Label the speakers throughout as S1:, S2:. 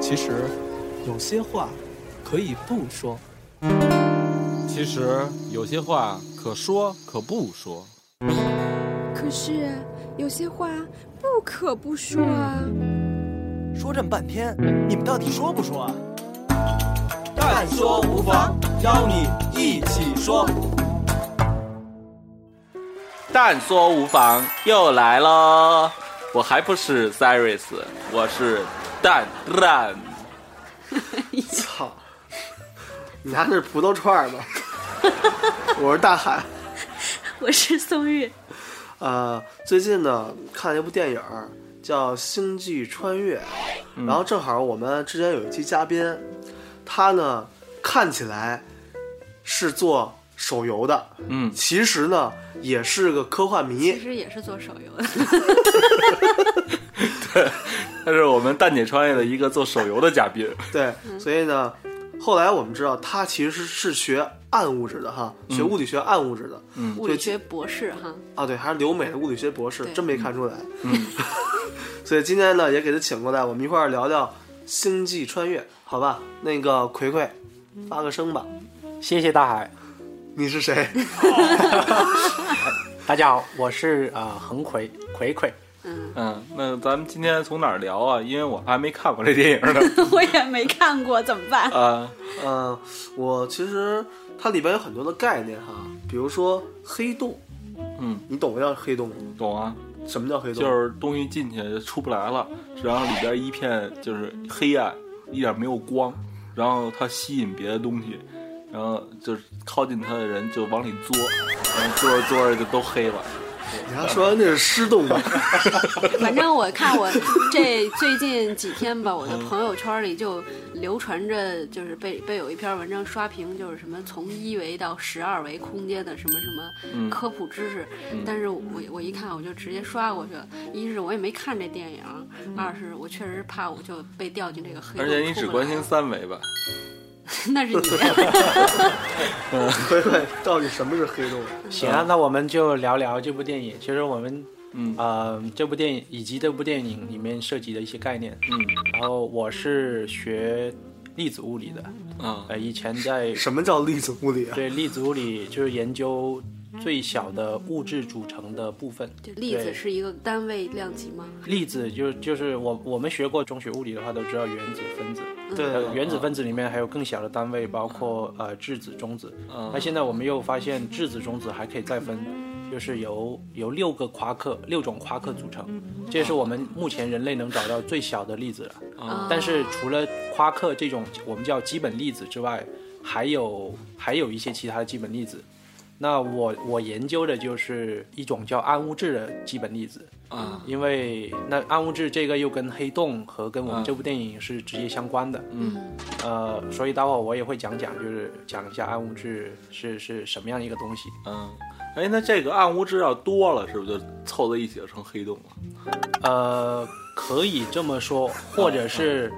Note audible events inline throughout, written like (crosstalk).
S1: 其实，有些话可以不说。
S2: 其实有些话可说可不说。
S3: 可是啊有些话不可不说啊。
S4: 说这么半天，你们到底说不说啊？
S5: 但说无妨，邀你一起说。
S6: 但说无妨又来喽，我还不是 Cyrus，我是蛋蛋。
S7: 操！ (laughs) 你拿那是葡萄串儿吗？ (laughs) 我是大海。
S8: 我是宋玉。
S7: 呃，最近呢看了一部电影儿叫《星际穿越》，然后正好我们之前有一期嘉宾，他呢看起来是做手游的，
S6: 嗯，
S7: 其实呢也是个科幻
S8: 其
S7: 迷。
S8: 实也是做手游的，
S6: 他是我们蛋姐穿越的一个做手游的嘉宾。
S7: 对，
S8: 嗯
S7: 所以呢，后来我们知道他其实是学暗物质的哈，学物理学暗物质的。
S8: 物理学博士哈。
S7: 啊，对，还是留美的物理学博士
S8: 对，
S7: 真没看出来。嗯， (laughs) 所以今天呢，也给他请过来，我们一块儿聊聊星际穿越，好吧？那个葵葵，发个声吧，
S9: 谢谢大海，
S7: (laughs) 你是谁？
S9: 大家好，我是呃恒奎奎奎，
S6: (laughs) 嗯，那咱们今天从哪儿聊啊？因为我还没看过这电 (laughs) 影呢。
S8: (laughs) 我也没看过，怎么办？
S6: 啊，
S7: 嗯、我其实它里边有很多的概念哈，比如说黑洞，
S6: 嗯，
S7: 你懂不叫黑洞吗？
S6: 懂啊，
S7: 什么叫黑洞？
S6: 就是东西进去就出不来了，然后里边一片就是黑暗，一点没有光，然后它吸引别的东西，然后就是靠近它的人就往里嘬，然后嘬着嘬着就都黑了。
S7: 你还说那是湿洞吧？
S8: (laughs) 反正我看我这最近几天吧，我的朋友圈里就流传着，就是被被有一篇文章刷屏，就是什么从一维到十二维空间的什么什
S6: 嗯
S8: 么科普知识。但是我我一看我就直接刷过去了，一是我也没看这电影，二是我确实怕我就被掉进这个黑
S6: 嗯
S8: 洞。
S6: 而且你只关心，三维吧？
S8: (laughs) 那是你。
S6: (laughs)
S7: (laughs) 葵葵，到底什么是黑洞？
S9: 行啊，那我们就聊聊这部电影。其实我们，
S6: 嗯
S9: 呃，这部电影以及这部电影里面涉及的一些概念。
S6: 嗯
S9: 然后我是学粒子物理的，
S6: 啊
S9: 呃，以前在
S7: 什么叫粒子物理啊？
S9: 对粒子物理就是研究最小的物质组成的部分。
S8: 就粒子
S9: 对
S8: 是一个单位量级吗？
S9: 粒子就就是我我们学过中学物理的话都知道原子分子，
S7: 对
S9: 呃，原子分子里面还有更小的单位，包括呃质子、中子。
S6: 啊
S9: 那现在我们又发现质子、中子还可以再分，就是由由六个夸克、六种夸克组成，这也是我们目前人类能找到最小的粒子了。
S6: 啊
S9: 但是除了夸克这种我们叫基本粒子之外，还有还有一些其他的基本粒子。那我我研究的就是一种叫暗物质的基本粒子，
S6: 啊
S9: 因为那暗物质这个又跟黑洞和跟我们这部电影是直接相关的，
S6: 嗯，
S9: 呃，所以待会儿我也会讲讲，就是讲一下暗物质是是什么样一个东西。
S6: 嗯。哎，那这个暗物质要多了，是不是就凑在一起就成黑洞了？
S9: 呃，可以这么说，或者是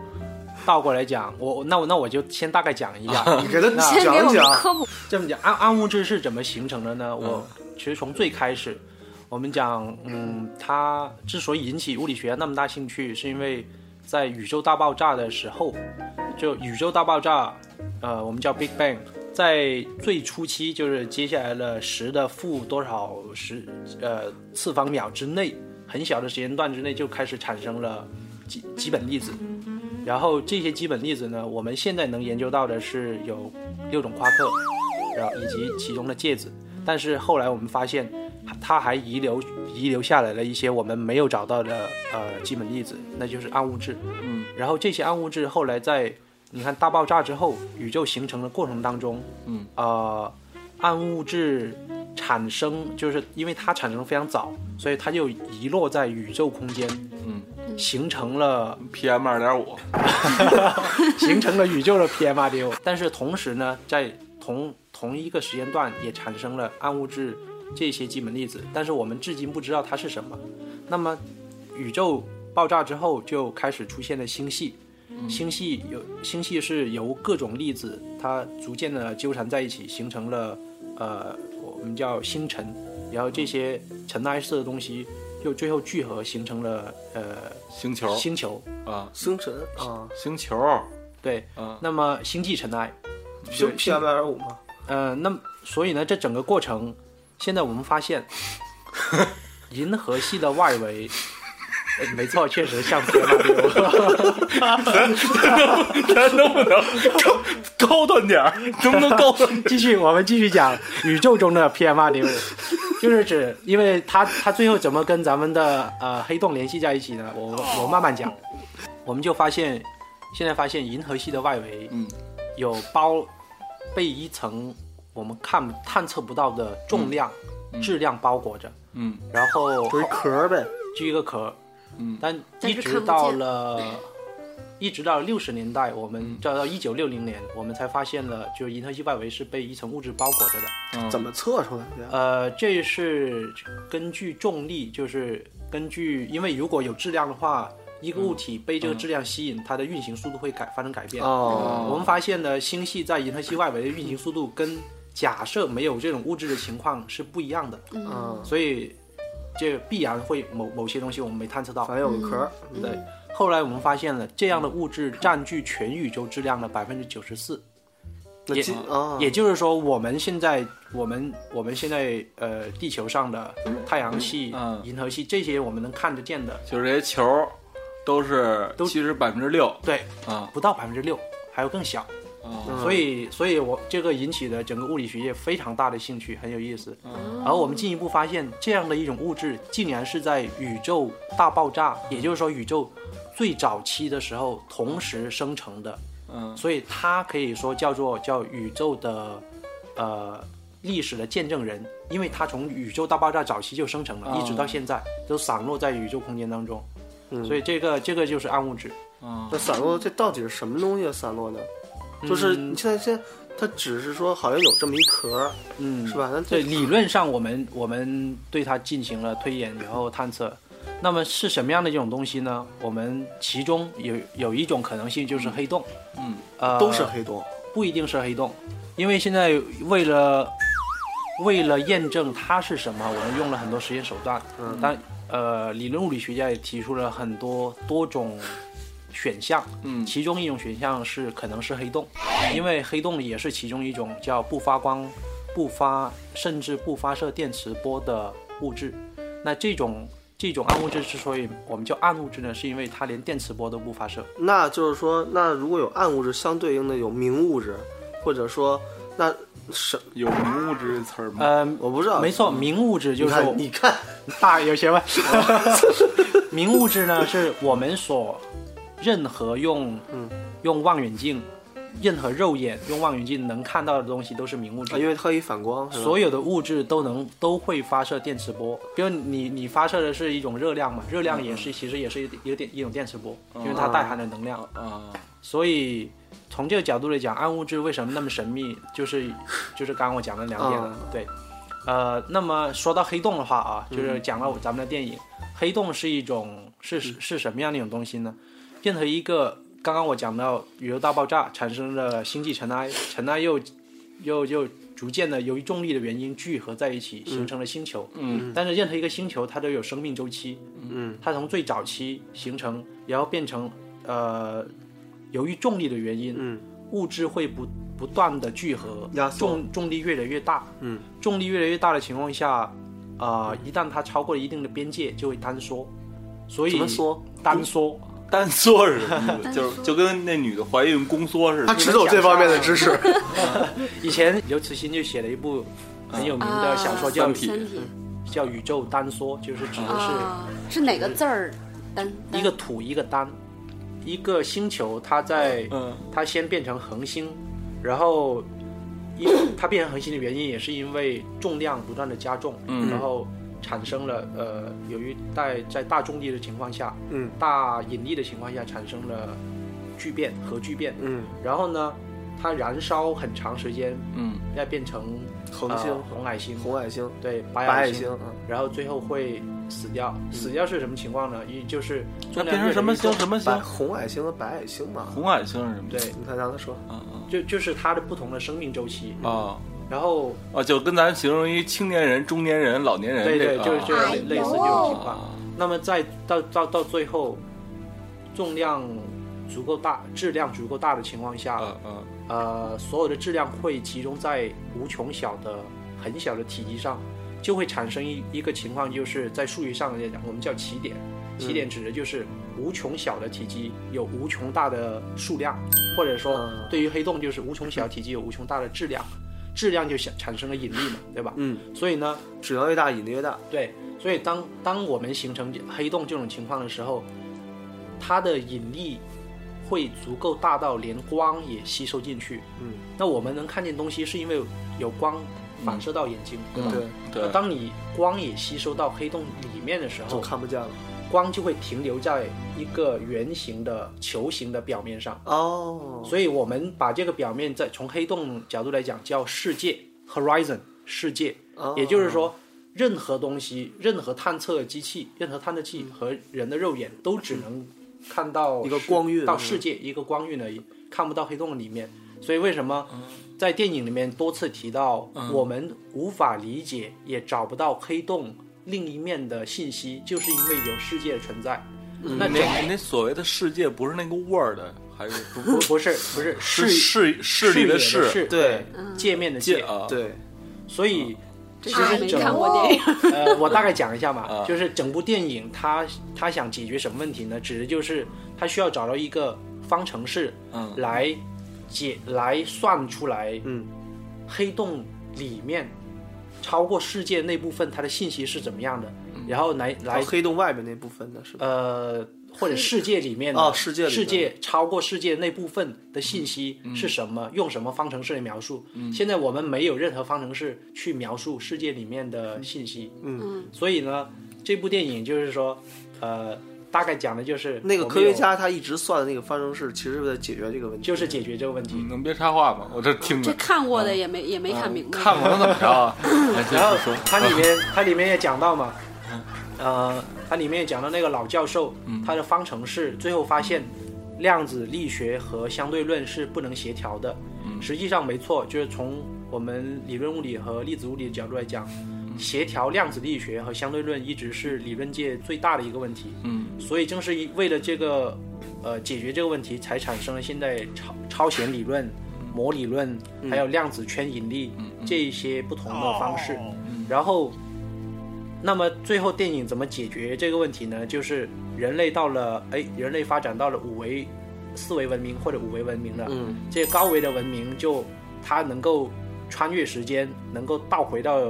S9: 倒过来讲，我那我那我就先大概讲一下，
S7: 你给他
S9: 那
S8: 给
S7: 讲
S8: 哎我们
S7: 讲。
S8: 科普
S9: 这么讲，暗暗物质是怎么形成的呢？我其实从最开始，我们讲，嗯，它之所以引起物理学那么大兴趣，是因为在宇宙大爆炸的时候，就宇宙大爆炸，呃，我们叫 Big Bang，在最初期，就是接下来的十的负多少十呃次方秒之内，很小的时间段之内就开始产生了基基本粒子。然后这些基本粒子呢，我们现在能研究到的是有六种夸克，然后以及其中的介质。但是后来我们发现，它还遗留遗留下来了一些我们没有找到的呃基本粒子，那就是暗物质。
S6: 嗯，
S9: 然后这些暗物质后来在你看大爆炸之后，宇宙形成的过程当中，
S6: 嗯，
S9: 呃，暗物质产生就是因为它产生得非常早，所以它就遗落在宇宙空间，
S6: 嗯，
S9: 形成了
S6: PM 二点五，
S9: 形成了宇宙的 PM 二点五。 (laughs) 但是同时呢，在同同一个时间段也产生了暗物质这些基本粒子，但是我们至今不知道它是什么。那么宇宙爆炸之后就开始出现了星系。星系有星系是由各种粒子它逐渐的纠缠在一起，形成了呃我们叫星辰，然后这些尘埃似的东西又最后聚合形成了呃
S6: 星球
S9: 星球，
S6: 啊，
S7: 星辰啊，
S6: 星球， (laughs)
S9: 对，
S6: 嗯
S9: 那么星际尘埃，
S7: 就 PM 二点五嘛，
S9: 呃，那么所以呢，这整个过程，现在我们发现，银河系的外围， (laughs) 呃没错，确实像天马流。
S6: 咱能 (laughs) 不能高高端点儿？能不能高端？
S9: 继续，我们继续讲宇宙中的 PM 二点五，就是指，因为它它最后怎么跟咱们的呃黑洞联系在一起呢？我我慢慢讲，我们就发现，现在发现银河系的外围
S6: 嗯
S9: 有包被一层我们看探测不到的重量、质量包裹着，
S6: 嗯
S9: 然后
S7: 就是壳儿呗，
S9: 就一个壳，
S6: 嗯
S9: 但
S8: 但
S9: 一
S8: 是
S9: 直
S8: 看不
S9: 到
S8: 见
S9: 了，一直到六十年代，我
S7: 嗯
S9: 们到到一九六零年，我们才发现了，就是银河系外围是被一层物质包裹着的。
S6: 嗯，
S7: 怎
S6: 么？
S7: 么测出来的呀？
S9: 呃，这是根据重力，就是根据，因为如果有质量的话，一个物体被这个质量吸引，它的运行速度会改发生改变。
S7: 嗯哦，
S9: 我们发现呢，星系在银河系外围的运行速度跟假设没有这种物质的情况是不一样的，
S7: 嗯，
S9: 所以这必然会某某些东西我们没探测到
S7: 反。正有个壳儿，
S9: 对，后来我们发现了这样的物质占据全宇宙质量的百分之九十四，
S7: 那
S9: 也嗯
S7: 金啊，
S9: 也就是说，我们现在我们我们现在呃地球上的太阳系、
S6: 嗯
S9: 银河系这些我们能看得见的，
S6: 就是这些球儿都是
S9: 都
S6: 其实百分之六
S9: 对，
S6: 啊
S9: 不到百分之六，还有更小。
S6: 啊
S7: 嗯
S9: 所以，所以我这个引起的整个物理学界非常大的兴趣，很有意思。然后我们进一步发现，这样的一种物质竟然是在宇宙大爆炸，也就是说宇宙最早期的时候同时生成的。
S6: 嗯
S9: 所以它可以说叫做叫宇宙的，呃，历史的见证人，因为它从宇宙大爆炸早期就生成了，
S6: 嗯
S9: 一直到现在都散落在宇宙空间当中。
S7: 嗯
S9: 所以这个这个就是暗物质，
S6: 啊
S7: 那散落这到底是什么东西啊散落的？就是你现在现在它只是说好像有这么一壳儿，
S9: 嗯，
S7: 是吧？那这
S9: 对，理论上我们我们对它进行了推演以后探测，那么是什么样的这种东西呢？我们其中有有一种可能性就是黑洞，
S6: 嗯，
S9: 呃，
S7: 都是黑洞，
S9: 不一定是黑洞，因为现在为了为了验证它是什么，我们用了很多实验手段。
S7: 嗯
S9: 但呃，理论物理学家也提出了很多多种选项，
S6: 嗯
S9: 其中一种选项是可能是黑洞，因为黑洞也是其中一种叫不发光、不发甚至不发射电磁波的物质。那这种这种暗物质之所以我们叫暗物质呢，是因为它连电磁波都不发射。
S7: 那就是说，那如果有暗物质相对应的有明物质，或者说那什
S6: 有明物质这词儿吗？
S9: 呃，
S7: 我不知道，
S9: 没错，明物质就
S7: 嗯你
S9: 是我
S7: 看你看，
S9: 大
S7: (laughs)
S9: 有学问。明物质呢，是我们所任何用、
S7: 嗯
S9: 用望远镜，任何肉眼用望远镜能看到的东西都是明物
S7: 啊因
S9: 质。
S7: 为它可以反光，是吧
S9: 所有的物质都能都会发射电磁波，比如你你发射的是一种热量嘛，热量也
S7: 嗯
S9: 是其实也是一个电一种电磁波，
S7: 哦
S9: 因为它带含了能量。
S6: 啊
S9: 所以从这个角度来讲，暗物质为什么那么神秘，就是 (laughs) 就是刚刚我讲的两点了。对，呃，那么说到黑洞的话啊，就是讲到咱们的电影，黑洞是一种是是什么样的一种东西呢？任何一个刚刚我讲到宇宙大爆炸产生的星际尘埃，尘埃又又又逐渐的由于重力的原因聚合在一起，形成了星球。
S6: 嗯
S9: 但是任何一个星球它都有生命周期，
S7: 嗯，
S9: 它从最早期形成，然后变成呃，由于重力的原因，
S7: 嗯，
S9: 物质会不不断的聚合，
S7: 压缩
S9: 重重力越来越大，
S7: 嗯，
S9: 重力越来越大的情况下，啊，一旦它超过了一定的边界，就会坍缩，所以
S7: 怎么缩？
S9: 单缩，
S6: 单缩是什么意思？就是就跟那女的怀孕宫缩似
S7: 他
S6: 的。
S7: 只有这方面的知识，
S9: 以前刘慈欣就写了一部很有名的小说叫
S8: 三
S9: 《
S8: 体，啊三体
S9: 叫宇宙单缩》，就是指的是。
S8: 啊，是哪个字儿？单
S9: 一个土一个单，一个星球它在、
S6: 嗯
S9: 它先变成恒星，然后一它变成恒星的原因也是因为重量不断的加重，
S6: 嗯
S9: 然后产生了呃，由于在在大重力的情况下，
S7: 嗯
S9: 大引力的情况下产生了聚变核聚变，
S7: 嗯，
S9: 然后呢，它燃烧很长时间，
S6: 嗯
S9: 再变成
S7: 恒
S9: 呃
S7: 星
S9: 红矮星，
S7: 红矮星、
S9: 对白
S7: 白
S9: 矮
S7: 矮星，嗯
S9: 然后最后会死掉。死掉是什么情况呢？一就是
S6: 嗯那
S9: 重量
S6: 变成什么星
S9: 越来越重
S6: 什么星
S7: 白？红矮星和白矮星嘛。
S6: 红矮星是什么？
S9: 对，
S7: 你看让他说，
S6: 啊
S9: 就就是它的不同的生命周期。
S6: 啊啊
S9: 然后
S6: 啊！就跟咱形容一青年人、中年人、老年人
S9: 对
S6: 这
S9: 对，
S6: 个
S9: 就是这
S6: 啊
S9: 样类似这种情况。那么在到到到最后，重量足够大、质量足够大的情况
S6: 啊
S9: 下，
S2: 嗯嗯
S9: 呃，所有的质量会集中在无穷小的、很小的体积上，就会产生一一个情况，就是在术语上来讲，我们叫起点。起点指的就是无穷小的体积有无穷大的数量，或者说
S7: 嗯
S9: 对于黑洞就是无穷小体积有无穷大的质量，质量就产产生了引力嘛，对吧？
S7: 嗯，
S9: 所以呢，
S7: 质量越大，引力越大。
S9: 对，所以当当我们形成黑洞这种情况的时候，它的引力会足够大到连光也吸收进去。
S7: 嗯，
S9: 那我们能看见东西，是因为有光反射到眼睛，对吧？
S7: 嗯对，
S9: 那
S6: 嗯对，
S9: 当你光也吸收到黑洞里面的时
S7: 就
S9: 候，
S7: 看不见了。
S9: 光就会停留在一个圆形的球形的表面上。
S7: 哦，
S9: 所以我们把这个表面在从黑洞角度来讲叫世界 （horizon） 世界，
S7: 哦
S9: 也就是，说，任何东西、任何探测机器、任何探测器和人的肉眼都只能看到
S7: 一个
S9: 世
S7: 光晕
S9: 到世界一个光晕而已，看不到黑洞里面。所以为什么在电影里面多次提到，我们无法理解也找不到黑洞另一面的信息，就是因为有世界的存在。那整
S6: 那那所谓的世界不是那个 word，还是不
S9: 不
S6: 不
S9: 不是不是
S6: 是
S9: 视
S6: 视视力
S9: 野的
S6: 视
S7: 对
S9: 界面的
S6: 界
S9: 界，
S6: 啊，
S7: 对，
S9: 所以。
S8: 这
S9: 其
S8: 是
S9: 实
S8: 没
S9: 整
S8: 看过电影，
S9: 呃，我大概讲一下嘛
S6: (laughs) 啊，
S9: 就是整部电影它它想解决什么问题呢？指的就是它需要找到一个方程式
S6: 嗯
S9: 来解来算出来
S7: 嗯，
S9: 黑洞里面超过世界那部分它的信息是怎么样的，
S6: 嗯
S9: 然后来
S7: 然
S9: 来
S7: 后黑洞外面那部分的是吧？
S9: 呃或者世界里面的
S7: 哦世界里面嗯
S9: 世界超过世界那部分的信息是什么？用什么方程式来描述？现在我们没有任何方程式去描述世界里面的信息。
S7: 嗯
S9: 所以呢，这部电影就是说，呃，大概讲的就是
S7: 那个
S9: 我们
S7: 科学
S9: 有
S7: 家他一直算的那个方程式，其实是在解决这个问题。
S9: 就是解决这个问题。
S6: 你能别插话吗？我这听
S8: 这
S6: 着，
S8: 看过的也没也没看
S9: 嗯
S8: 明白。
S6: 看我能怎么着啊？来先
S9: 然后
S6: 说
S9: 它里面它里面也讲到嘛，呃，它里面也讲到那个老教授，他的方程式最后发现量子力学和相对论是不能协调的。实际上没错，就是从我们理论物理和粒子物理的角度来讲，协调量子力学和相对论一直是理论界最大的一个问题。
S6: 嗯，
S9: 所以正是为了这个，呃，解决这个问题，才产生了现在超超弦理论、模理论，还有量子圈引力、这一些不同的方式。然后，那么最后电影怎么解决这个问题呢？就是人类到了，哎，人类发展到了五维、四维文明或者五维文明了。
S7: 嗯，
S9: 这些高维的文明就它能够穿越时间，能够倒回到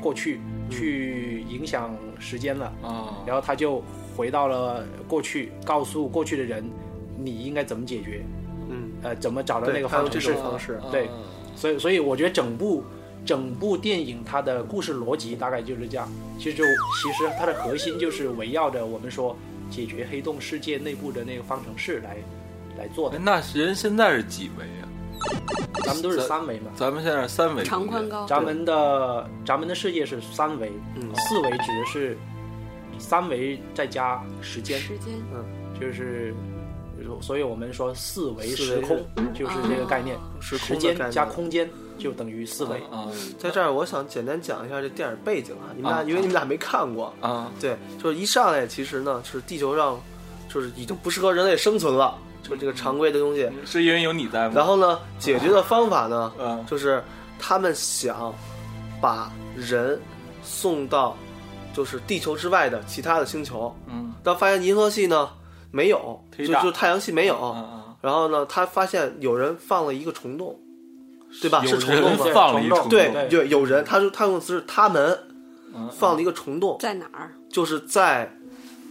S9: 过去去影响时间了。
S6: 啊，
S9: 然后他就回到了过去，告诉过去的人，你应该怎么解决，
S7: 嗯，
S9: 呃，怎么找到
S7: 对
S9: 那个
S7: 还有
S9: 方程
S7: 这
S9: 式
S7: 种。方式，
S9: 对，所以所以我觉得整部整部电影它的故事逻辑大概就是这样。其实就其实它的核心就是围绕着我们说解决黑洞世界内部的那个方程式来来做
S6: 哎
S9: 的。
S6: 那人现在是几维啊？
S9: 咱们都是三维嘛，
S6: 咱们现在是三维空间，
S8: 长宽高，
S9: 咱们的咱们的世界是三维，
S7: 嗯
S9: 四维指的是三维再加时间。
S8: 时间
S9: 就是，所以我们说四维
S7: 四维哦
S9: 时空就是这个概念，
S7: 时空
S9: 时
S7: 的概
S9: 间
S7: 念哦
S9: 加空间就等于四维。
S6: 啊
S7: 在这儿我想简单讲一下这电影背景啊，你们
S6: 啊
S7: 俩因为你们俩没看过，
S6: 啊，
S7: 对，就是一上来其实呢是地球上就是已经不适合人类生存了，就这个常规的东西。
S6: 是因为有你在吗？
S7: 然后呢，解决的方法呢，
S6: 嗯
S7: 就是他们想把人送到就是地球之外的其他的星球，
S6: 嗯
S7: 但发现银河系呢没有，就
S6: 忒大
S7: 就太阳系没有。
S9: 嗯
S6: 啊啊，
S7: 然后呢，他发现有人放了一个虫洞，对吧？
S6: 有
S7: 啊是虫洞
S6: 人
S7: 吗？
S6: 放了一
S9: 虫
S6: 虫
S9: 洞
S7: 对
S9: 对
S7: 有有人，他说他用的是他们
S6: 嗯
S7: 放了一个虫洞，
S8: 在哪儿？
S7: 就是在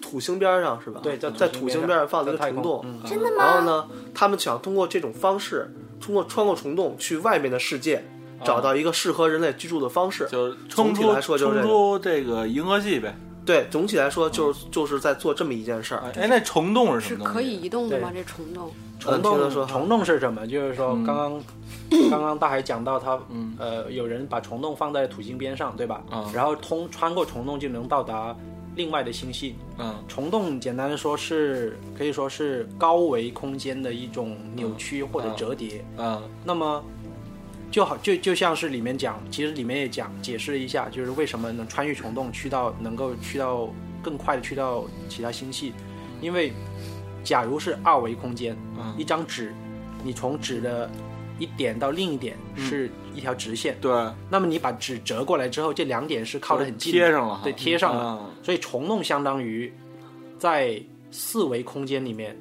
S7: 土星边儿上是吧？
S9: 对在
S7: 在土
S9: 土
S7: 星
S9: 星边
S7: 边
S9: 儿
S7: 上放了一
S9: 在
S7: 个
S9: 太
S7: 虫
S9: 空嗯
S7: 洞，嗯
S3: 真的
S7: 然后呢，他们想通过这种方式，通过穿过虫洞去外面的世界，
S9: 哦
S7: 找到一个适合人类居住的方式。
S6: 就是
S7: 总
S6: 冲
S7: 体
S6: 出
S7: 来说就
S6: 冲
S7: 是这个
S6: 出这个银河系呗。
S7: 对，总体来说就是、就是在做这么一件事儿。
S9: 啊
S2: 啊
S6: 哎，那虫洞是
S8: 是
S6: 什么东西？
S8: 可以移动的吗？
S9: 对
S8: 这虫洞
S9: 虫
S7: 听他
S9: 洞
S7: 说哈
S9: 虫洞是什么？就是说
S6: 嗯
S9: 刚
S7: (laughs)
S9: 刚、刚刚大海讲到他，
S6: 嗯
S9: 呃，有人把虫洞放在土星边上，对吧？
S6: 嗯
S9: 然后通穿过虫洞就能到达另外的星系。
S6: 嗯
S9: 虫洞简单的说是可以说是高维空间的一种扭曲或者折叠。
S2: 啊
S6: 嗯
S9: 那么就好就就像是里面讲，其实里面也讲解释了一下，就是为什么能穿越虫洞去到能够去到更快的去到其他星系，因为假如是二维空间，
S2: 嗯
S9: 一张纸，你从纸的一点到另一点是一条直线，
S2: 对，
S9: 那么你把纸折过来之后，这两点是靠得很近
S2: 哦
S9: 的，
S2: 贴上了哈
S9: 对，贴上了。
S2: 嗯
S9: 所以虫洞相当于在四维空间里面，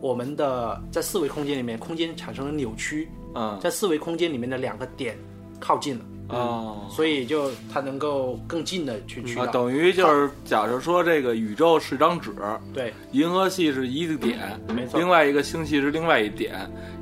S9: 我们的在四维空间里面，空间产生了扭曲，
S2: 嗯
S9: 在四维空间里面的两个点靠近了，
S2: 哦
S9: 嗯所以就它能够更近的去去
S2: 啊，
S9: 到。
S2: 等于就是假设说这个宇宙是张纸，
S9: 对，
S2: 银河系是一个点，
S9: 嗯没错
S2: 另外一个星系是另外一点，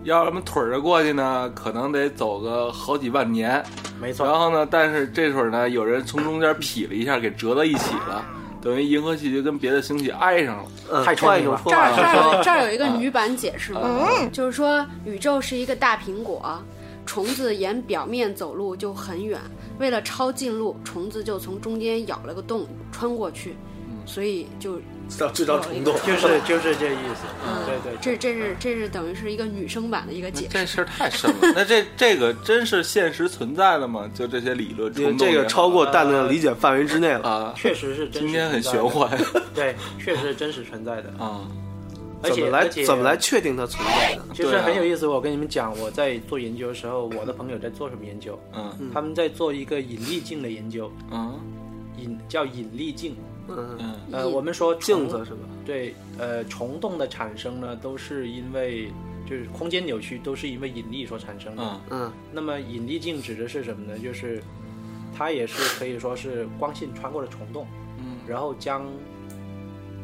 S2: 要什么腿着过去呢，可能得走个好几万年。
S9: 没
S2: 然
S9: 错，
S2: 后呢，但是这会儿呢，有人从中间劈了一下，给折到一起了，等于银河系就跟别的星系挨上了。
S7: 嗯
S9: 太聪
S7: 换一
S9: 明
S7: 种
S9: 了
S7: 说啊法
S8: 这
S7: 来
S8: 儿这儿
S7: 说，
S8: 有这儿有一个女版解释嘛，就是说宇宙是一个大苹果，虫子沿表面走路就很远，为了抄近路，虫子就从中间咬了个洞穿过去，所以就
S7: 叫这叫虫洞，
S9: 哦 (laughs) 就是就是这意思。对对对，
S8: 嗯这这是这是等于是一个女生版的一个解释。
S2: 这事儿太深
S8: (laughs)
S2: 了。
S6: 那这这个真是现实存在的吗？就这些理论，
S7: 因为
S6: 冲动
S7: 这
S6: 也
S7: 个
S6: 好
S7: 超过蛋的理解范围之内了。
S6: 啊，
S9: 确实是真实
S6: 今天很
S9: 存在
S6: 玄
S9: 的，
S6: 幻
S9: 对，确实是真实存在的。
S6: 啊，
S9: 而
S7: 怎
S9: 且
S7: 么来
S9: 而且哦
S7: 怎么来确定它存在呢？
S9: 其实
S6: 对啊
S9: 很有意思，我跟你们讲，我在做研究的时候，我的朋友在做什么研究？
S6: 嗯
S9: 他们在做一个引力镜的研究，
S6: 嗯
S9: 引叫引力镜。
S7: 嗯，
S6: 嗯
S9: 呃，
S8: 引
S9: 我们说
S7: 镜
S9: 虫
S7: 子是吧？
S9: 对，呃，虫洞的产生呢，都是因为就是空间扭曲，都是因为引力所产生的。
S6: 嗯
S7: 嗯，
S9: 那么引力镜指的是什么呢？就是它也是可以说是光线穿过了虫洞，
S6: 嗯
S9: 然后将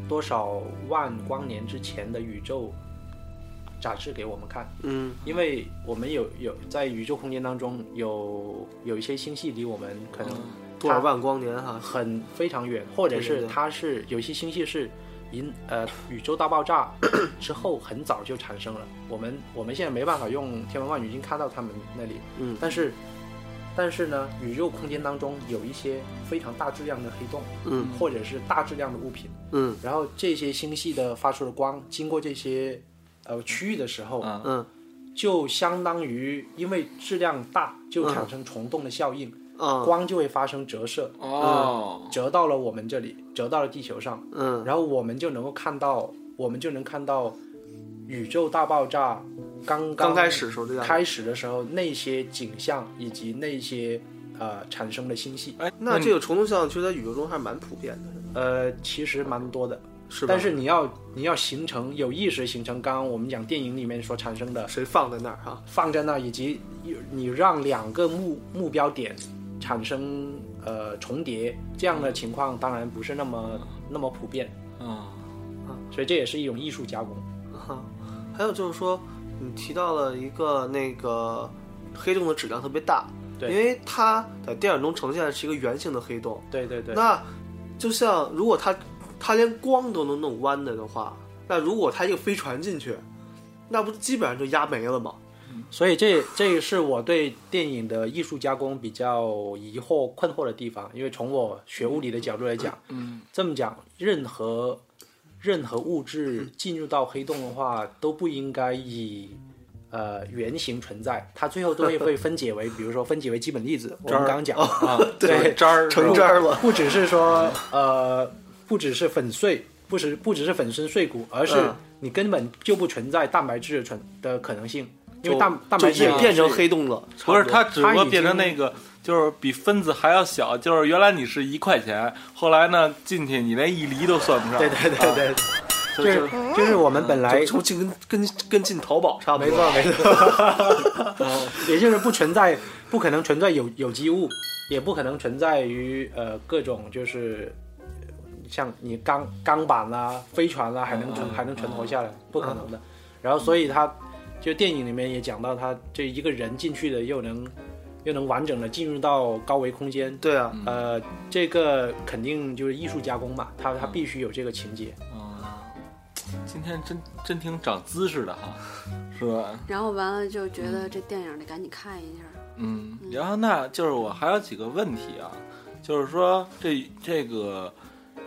S9: 多少万光年之前的宇宙展示给我们看。
S7: 嗯，
S9: 因为我们有有在宇宙空间当中有有一些星系离我们可能
S7: 多少万光年哈？
S9: 很非常远，或者
S7: 对对
S9: 是
S7: 对
S9: 它是有一些星系是银呃宇宙大爆炸 (coughs) 之后很早就产生了。我们我们现在没办法用天文望远镜看到它们那里，
S7: 嗯
S9: 但是但是呢，宇宙空间当中有一些非常大质量的黑洞，
S7: 嗯，
S9: 或者是大质量的物品，
S7: 嗯
S9: 然后这些星系的发出的光经过这些呃区域的时候，
S6: 嗯
S7: 嗯
S9: 就相当于因为质量大，就产生虫洞的效应，
S7: 嗯
S9: 光就会发生折射，
S2: 哦，
S9: 折到了我们这里，折到了地球上，
S7: 嗯
S9: 然后我们就能够看到，我们就能看到宇宙大爆炸刚
S7: 刚开始时候这样。
S9: 开始的时候那些景象以及那些呃产生的星系，
S6: 哎，
S7: 那
S6: 你
S7: 这个虫洞效应其实在宇宙中还蛮普遍的，
S9: 呃，其实蛮多的。
S7: 是吧？
S9: 但是你要你要形成有意识形成，刚刚我们讲电影里面所产生的
S7: 谁放在那儿哈？
S9: 放在那，以及你让两个目目标点产生呃重叠，这样的情况当然不是那么那么普遍，
S6: 嗯
S9: 所以这也是一种艺术加工。
S7: 哈，还有就是说，你提到了一个那个黑洞的质量特别大，
S9: 对
S7: 因为它在电影中呈现的是一个圆形的黑洞，
S9: 对对对，
S7: 那就像如果它它连光都能弄弯的的话，那如果它一个飞船进去，那不基本上就压没了吗？ (laughs)
S9: 所以这这是我对电影的艺术加工比较疑惑困惑的地方，因为从我学物理的角度来讲，
S6: 嗯
S9: 这么讲，任何任何物质进入到黑洞的话，都不应该以呃原型存在，它最后都 (laughs) 会被分解为，比如说分解为基本粒子。我们刚刚讲，
S6: 啊，
S9: 对
S6: 渣儿
S7: 成渣儿了。
S9: 不只是说呃，不只是粉碎，不只不只是粉身碎骨，而是
S7: 嗯
S9: 你根本就不存在蛋白质的存的可能性，因为
S7: 就
S9: 蛋蛋
S7: 就
S9: 白质
S7: 也
S9: 也
S7: 变成
S9: 是
S7: 黑洞了，
S6: 不是，它只不
S9: 它
S6: 过
S9: 已
S6: 变成
S9: 经
S6: 那个，就是比分子还要小。就是原来你是一块钱，后来呢进去你连一厘都算不上。
S9: 对对对对，就是就是我们本来
S7: 啊嗯就就跟跟跟进淘宝差不
S9: 没
S7: 多。
S9: 错没错， (laughs) 也就是不存在，不可能存在有有机物，也不可能存在于呃各种就是呃像你钢钢板啦、飞船啦、还能存还能存活下来，不可能的。然后所以他就电影里面也讲到，他这一个人进去的又能又能完整的进入到高维空间。
S7: 对啊，
S9: 呃，这个肯定就是艺术加工嘛，他他必须有这个情节。
S6: 啊嗯今天真真挺长知识的哈，是吧？
S8: 然后完了就觉
S9: 嗯
S8: 得这电影得赶紧看一下。
S6: 嗯，然后那就是我还有几个问题啊，就是说这这个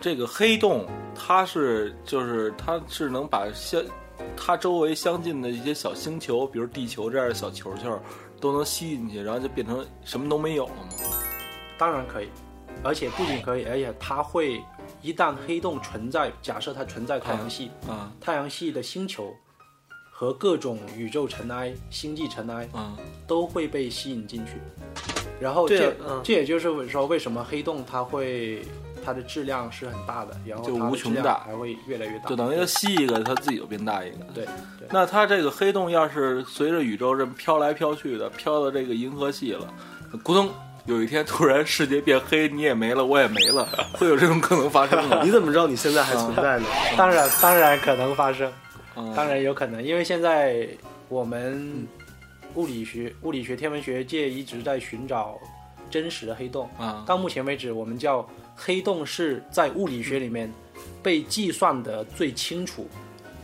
S6: 这个黑洞，它是就是它是能把相它周围相近的一些小星球，比如地球这样的小球球，都能吸进去，然后就变成什么都没有了吗？哎
S9: 当然可以，而且不仅可以，而且它会一旦黑洞存在，假设它存在太阳系，
S6: 啊
S9: 太阳系的星球和各种宇宙尘埃、星际尘埃
S6: 啊
S9: 都会被吸引进去。然后
S7: 对
S9: 这、
S7: 啊嗯
S9: 这也就是说，为什么黑洞它会它的质量是很大的，然后
S6: 就
S9: 它的
S6: 无穷
S9: 质量
S6: 大
S9: 还会越来越大。
S6: 就等于它吸一个，它自己就变大一个。
S9: 对对
S6: 那它这个黑洞要是随着宇宙这么飘来飘去的，飘到这个银河系了，咕咚，有一天突然世界变黑，你也没了，我也没了，会有这种可能发生吗？
S7: (laughs)
S9: (laughs)
S7: 你怎么知道你现在还存在呢？
S9: 当然当然可能发生，
S6: 嗯
S9: 当然有可能，因为现在我们
S7: 嗯
S9: 物理学、物理学、天文学界一直在寻找真实的黑洞。
S6: 啊
S9: 到目前为止，我们叫黑洞是在物理学里面被计算的最清楚、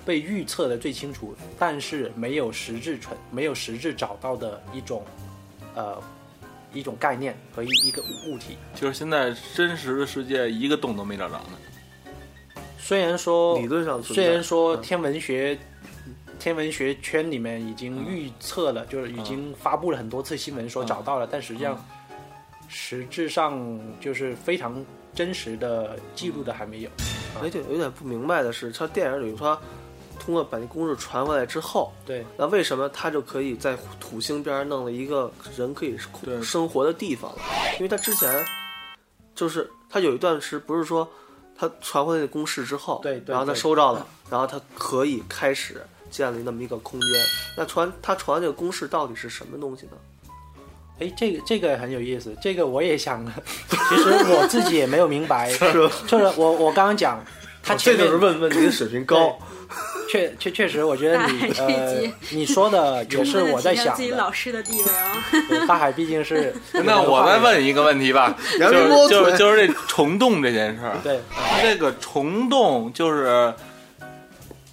S9: 被预测的最清楚，但是没有实质存、没有实质找到的一种呃一种概念和一一个物体。
S6: 就是现在真实的世界一个洞都没找着呢。
S9: (laughs) 虽然说
S7: 理论上存在
S9: 虽然说
S7: 嗯
S9: 天文学、天文学圈里面已
S7: 嗯
S9: 经预测了，就是已经发布了很多次新闻说找到了，但实际上、
S7: 嗯
S9: 实质上就是非常真实的记录的还没有。
S7: 而且有点不明白的是，它电影里说，通过把那公式传回来之后，
S9: 对，
S7: 那为什么它就可以在土星边儿弄了一个人可以
S6: 对
S7: 生活的地方了？因为它之前就是它有一段时不是说它传回来的公式之后，
S9: 对对
S7: 然后它
S9: 对
S7: 收到了，然后它可以开始建立那么一个空间。那传它传的这个公式到底是什么东西呢？
S9: 哎，这个这个很有意思，这个我
S7: (laughs)
S9: 也想了，其实我自己也没有明白，就是我我刚刚讲，他前
S7: 哦这
S9: 面
S7: 就是问问题的水平高。
S9: 确确确实，我觉得你
S8: 大海这一
S9: 呃
S8: 集
S9: 你
S8: (laughs)
S9: 说的也是我在
S8: 提升
S9: 想
S8: 自己
S9: 的
S8: 老，师的地位啊、
S9: 对大海毕竟是
S7: (laughs)
S6: 那我再问一个问题
S9: (laughs)
S6: 吧，就
S7: 杨林摸
S6: 是
S7: 腿
S6: 就是就是这虫洞这件事儿，
S9: 对。
S6: 它这个虫洞就是，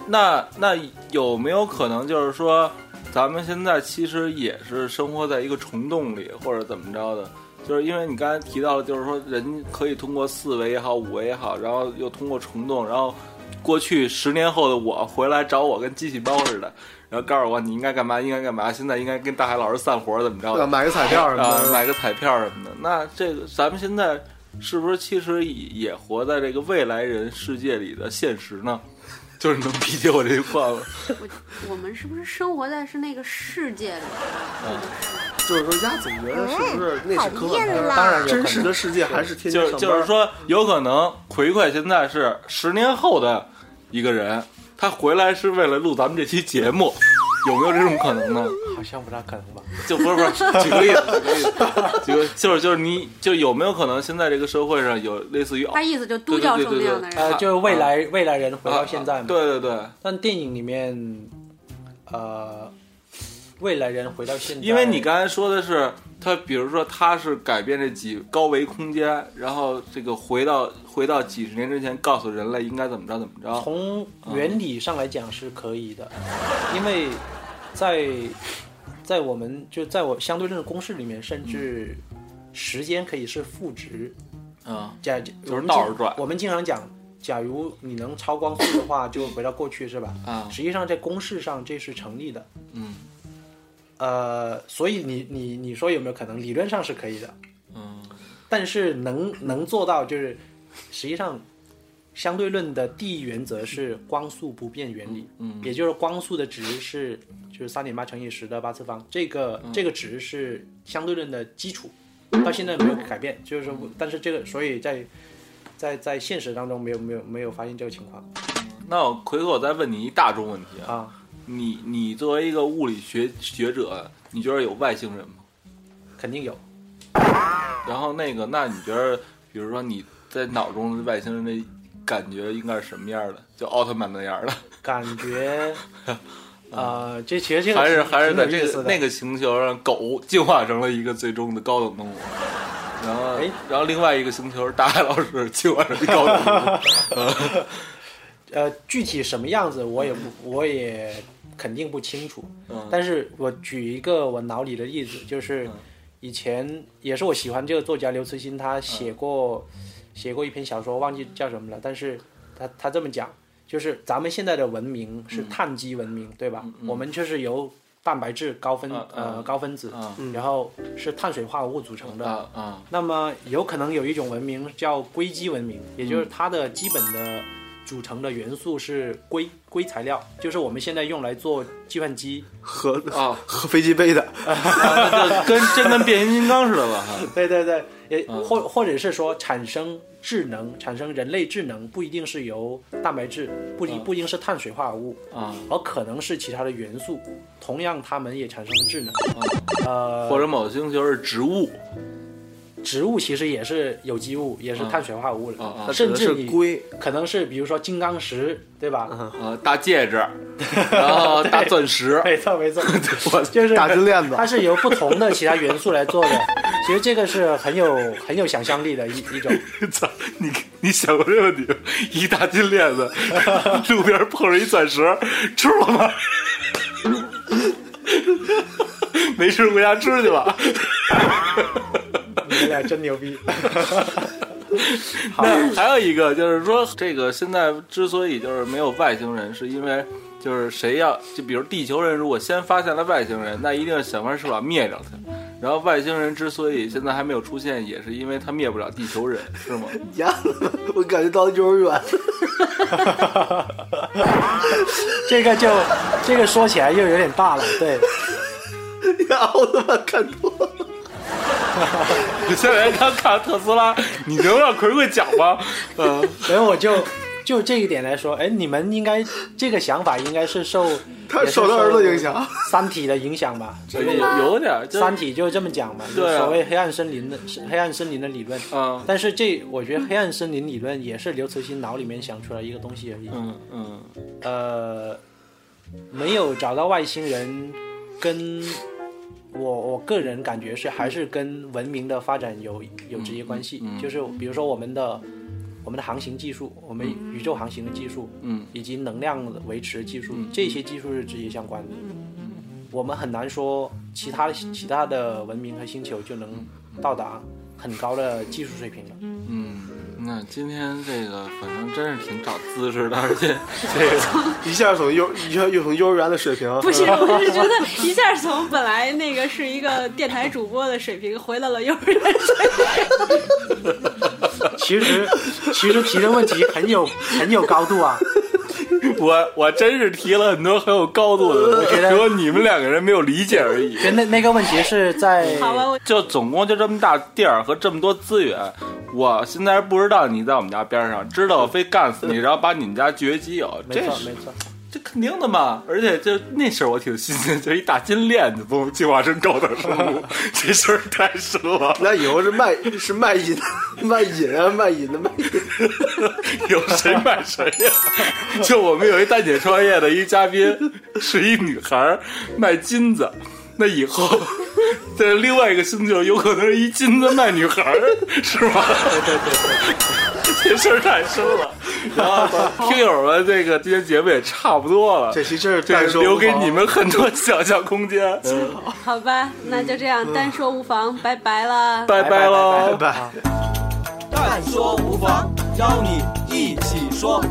S6: 那那有没有可能就是说，咱们现在其实也是生活在一个虫洞里，或者怎么着的？就是因为你刚才提到了，就是说人可以通过四维也好，五维也好，然后又通过虫洞，然后过去十年后的我回来找我跟机器猫似的，然后告诉我你应该干嘛，应该干嘛，现在应该跟大海老师散伙儿怎么着的
S7: 要？买个彩票什么
S6: 啊，
S7: 的，
S6: 买个彩票什么的。那这个咱们现在是不是其实也也活在这个未来人世界里的现实呢？就是能理解我这句话吗？
S8: (laughs) 我我们是不是生活在是那个世界里？
S7: 就是说鸭总觉得是不是那是科幻片
S3: 嗯讨厌
S7: 儿？
S3: 啦
S9: 当然有可能
S7: 真实的世界还是天天
S6: 就是
S7: 上班
S6: 就是说，有可能葵葵现在是十年后的一个人，他回来是为了录咱们这期节目，有没有这种可能呢？
S9: 好像不大可能吧？
S6: 就不是不是，举个例子，举个例子，举个就是就是你就有没有可能现在这个社会上有类似于啊
S8: 他意思就都教授那样
S6: 对对对
S8: 的
S6: 对
S8: 人，
S9: 呃，就是未来未来人回到现在嘛。。
S6: 啊对对对，
S9: 但电影里面，呃，未来人回到现在，
S6: 因为你刚才说的是他，比如说他是改变这几高维空间，然后这个回到回到几十年之前，告诉人类应该怎么着怎么着。
S9: 从原理上来讲是可以的，因为在在我们就在我相对论的公式里面，甚至时间可以是赋值。
S6: 嗯，
S9: 假
S6: 是
S9: 我们
S6: 倒着
S9: 经
S6: 转
S9: 我们经常讲，假如你能超光速的话，就回到过去是吧？
S6: 啊
S9: 实际上在公式上这是成立的。
S6: 嗯。
S9: 呃，所以你你你说有没有可能？理论上是可以的。
S6: 嗯。
S9: 但是能能做到，就是实际上相对论的第一原则是光速不变原理，嗯，也就是光速的值是就是三点八乘以十的八次方，这个、
S6: 嗯
S9: 这个值是相对论的基础，到现在没有改变，就是说，
S6: 嗯
S9: 但是这个所以在在在现实当中没有没有没有发现这个情况
S6: 那我奎哥，我再问你一大众问题啊，
S9: 啊，
S6: 你你作为一个物理学学者，你觉得有外星人吗？
S9: 肯定有，
S6: 然后那个，那你觉得，比如说你在脑中的外星人的感觉应该是什么样的？就奥特曼那样的，
S9: 感
S6: (laughs)
S9: 觉。呃，这其实这个
S6: 还是还是在
S9: 挺有
S6: 这
S9: 意思
S6: 个
S9: 的
S6: 那个星球上，狗进化成了一个最终的高等动物。然后
S9: 哎，
S6: 然后另外一个星球，大海老师进化成一高等动物。 (laughs)
S9: 呃，具体什么样子我也不，我也肯定不清楚。
S6: 嗯
S9: 但是我举一个我脑里的例子，就是以前也是我喜欢这个作家刘慈欣，他
S6: 嗯
S9: 写过、写过一篇小说，忘记叫什么了，但是他他
S6: 嗯
S9: 这么讲，就是咱们现在的文明是碳基文明，对吧？我们就是由蛋白质高分
S6: 啊
S9: 呃
S6: 啊
S9: 高分子
S6: 啊，
S9: 然后是碳水化合物组成的。
S6: 啊啊
S9: 那么有可能有一种文明叫硅基文明，也就是它的基本的组成的元素是硅硅材料，就是我们现在用来做计算机。
S7: 和
S6: 啊，
S7: 和飞机杯的，
S6: 那就跟真跟变形金刚似的了哈。
S9: 对对对，也或或者是说产生智能、产生人类智能，不一定是由蛋白质，不一不一定是碳水化合物，
S6: 啊，
S9: 而可能是其他的元素，同样它们也产生了智能。
S6: (laughs)
S9: 呃，
S6: 啊或者某个星球是植物
S9: 植物其实也是有机物，也是碳水化合物嗯的，嗯
S6: 啊啊
S9: 甚至
S7: 是
S9: 你
S7: 龟，
S9: 可能是比如说金刚石，对吧？，
S6: 啊，大戒指，然后大钻石
S9: (laughs) 没错没错，就是
S7: 大金链子
S9: 它是由不同的其他元素来做的。其实这个是很有很有想象力的一一种，
S6: (laughs) 操！你你想过这个问题吗？一大金链子， (laughs) 路边碰上一钻石，吃了吗？ (laughs) 没吃回家吃去吧。
S9: 你们俩真牛逼。
S6: 那还有一个就是说，这个现在之所以就是没有外星人，是因为就是谁要就比如地球人如果先发现了外星人，那一定是想方设法灭掉他。然后外星人之所以现在还没有出现，也是因为他灭不了地球人，是吗？
S7: 呀，我感觉到幼儿园。
S9: 这个就这个说起来又有点大了，对，
S7: 奥特曼看多了，
S6: 你 (laughs) 现在刚看特斯拉，你能让葵葵讲吗？嗯、
S9: 所以我就就这一点来说，哎，你们应该这个想法应该是受
S7: 他受他儿子影响，
S9: 《三体》的影响吧？
S6: 有有点儿
S9: 《
S6: 就
S9: 三体》就这么讲嘛，
S6: 对啊
S9: 所谓黑暗森林的黑暗森林的理论。
S6: 嗯
S9: 但是这我觉得黑暗森林理论也是刘慈欣脑里面想出来一个东西而已。
S6: 嗯嗯
S9: 呃，没有找到外星人，跟我我个人感觉是还是跟文明的发展有有直接关系。
S6: 嗯嗯
S9: 就是比如说我们的我们的航行技术，我们宇宙航行的技术，
S6: 嗯
S9: 以及能量维持技术，这些技术是直接相关的。
S6: 嗯
S9: 我们很难说其他其他的文明和星球就能到达很高的技术水平了。
S6: 嗯。那今天这个反正真是挺长姿势的，而且
S7: 一下从幼一下又从幼儿园的水平，
S8: 不是，我是觉得一下从本来那个是一个电台主播的水平，回到了幼儿园水平。
S9: 其实，其实提的问题很有很有高度啊。
S6: (laughs) 我我真是提了很多很有高度的问题，
S9: 觉得
S6: 只有你们两个人没有理解而已。
S9: (laughs) 对那那个问题是在
S8: 好吧，我
S6: (laughs) 就总共就这么大地儿和这么多资源，我现在不知道你在我们家边上，知道我非干 (laughs) 死你，然后把你们家据为己有，
S9: 没
S6: 这
S9: 错
S6: 是
S9: 没错，
S6: 这肯定的嘛。而且就那事儿我挺新鲜， (laughs) 就一大金链子从进化成高等生 (laughs) 物，这事儿太深了。
S7: 那以后是卖是卖淫， (laughs) 卖淫啊，卖淫的卖淫。
S6: (laughs) 有谁买谁呀、 (laughs) 就我们有一蛋姐创业的一嘉宾，是一女孩儿卖金子，那以后在另外一个星球有可能是一金子卖女孩儿，是吗？对 (laughs) 对对，这事儿太深了。然后听友们，这个今天节目也差不多了，
S7: 这期真是
S6: 这
S7: 代收
S6: 留给你们嗯很多想象空间。
S8: 好吧，那就这
S9: 嗯
S8: 样，单说无妨，拜拜啦。
S6: 拜拜喽！
S7: 拜拜。
S5: 但说无妨，邀你一起说。